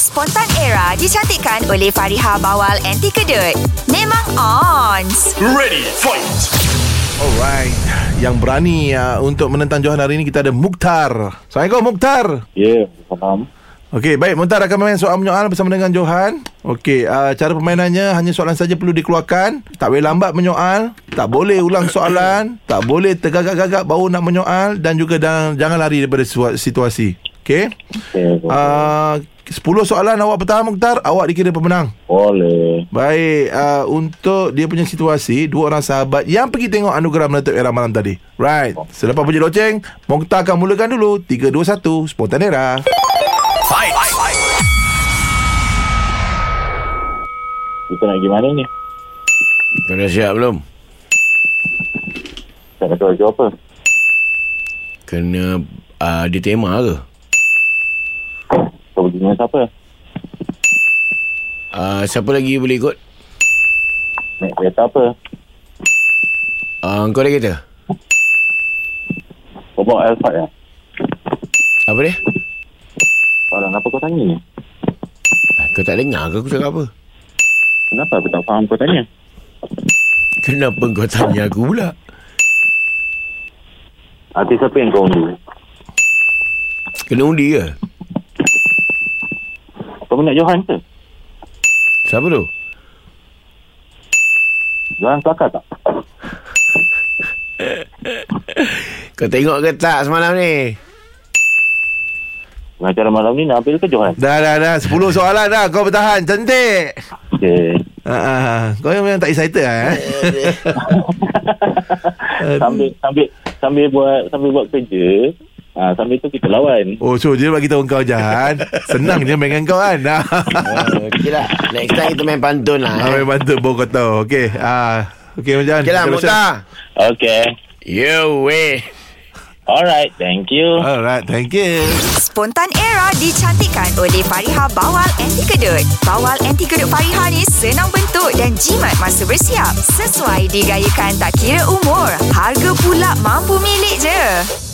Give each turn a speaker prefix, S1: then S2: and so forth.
S1: Spontan Era dicantikkan oleh Fariha Bawal Anti Kedut. Memang ons.
S2: Ready, fight!
S3: Alright Yang berani uh, untuk menentang Johan hari ini Kita ada Mukhtar Assalamualaikum Mukhtar
S4: Ya, yeah, faham.
S3: Okey baik Mukhtar akan main soal menyoal bersama dengan Johan Okey uh, cara permainannya hanya soalan saja perlu dikeluarkan Tak boleh lambat menyoal Tak boleh ulang soalan Tak boleh tergagak-gagak baru nak menyoal Dan juga dan, jangan lari daripada situa- situasi Okey
S4: Okay,
S3: uh, 10 soalan awak pertama Mukhtar Awak dikira pemenang
S4: boleh.
S3: Baik, uh, untuk dia punya situasi, dua orang sahabat yang pergi tengok anugerah meletup era malam tadi. Right. Selepas bunyi loceng, Mokhtar akan mulakan dulu. 3, 2, 1, spontan era.
S2: Fight!
S4: Kita nak gimana ni?
S5: Kau dah siap belum?
S4: Saya nak tahu apa?
S5: Kena uh, ada tema ke?
S4: Kau pergi dengan siapa?
S5: Uh, siapa lagi boleh ikut?
S4: Naik kereta apa?
S5: Uh, kau dah kata?
S4: Kau bawa Alphard ya?
S5: Apa dia?
S4: Soalan apa kau tanya ni?
S5: Ah, Kau tak dengar ke aku cakap apa?
S4: Kenapa aku tak faham kau tanya?
S5: Kenapa kau tanya aku pula?
S4: Artis apa yang kau undur?
S5: Kena undi ke?
S4: Kau minat Johan ke?
S5: Siapa tu?
S4: Johan kelakar tak?
S5: Kau tengok ke tak semalam ni?
S4: Pengacara malam ni nak ambil ke Johan?
S3: Dah, dah, dah. 10 soalan dah. Kau bertahan. Cantik.
S4: Okay.
S3: Uh, uh, kau yang memang tak excited lah. Eh?
S4: sambil, sambil, sambil buat sambil buat kerja, ha, sambil tu kita lawan.
S3: Oh, so dia bagi tahu kau, Jahan. Senang je main dengan kau kan.
S5: Uh, okay lah. Next time kita main pantun lah.
S3: Ah,
S5: Eh.
S3: memang tu baru kau tahu. Okey. Uh, Okey, Mak Jahan.
S5: Okay lah, Muta.
S4: Okay.
S5: Yo, weh.
S4: Alright, thank you.
S3: Alright, thank you.
S1: Spontan Era dicantikkan oleh Fariha Bawal Anti Kedut. Bawal Anti Kedut Fariha ni senang bentuk dan jimat masa bersiap. Sesuai digayakan tak kira umur. Harga pula mampu milik je.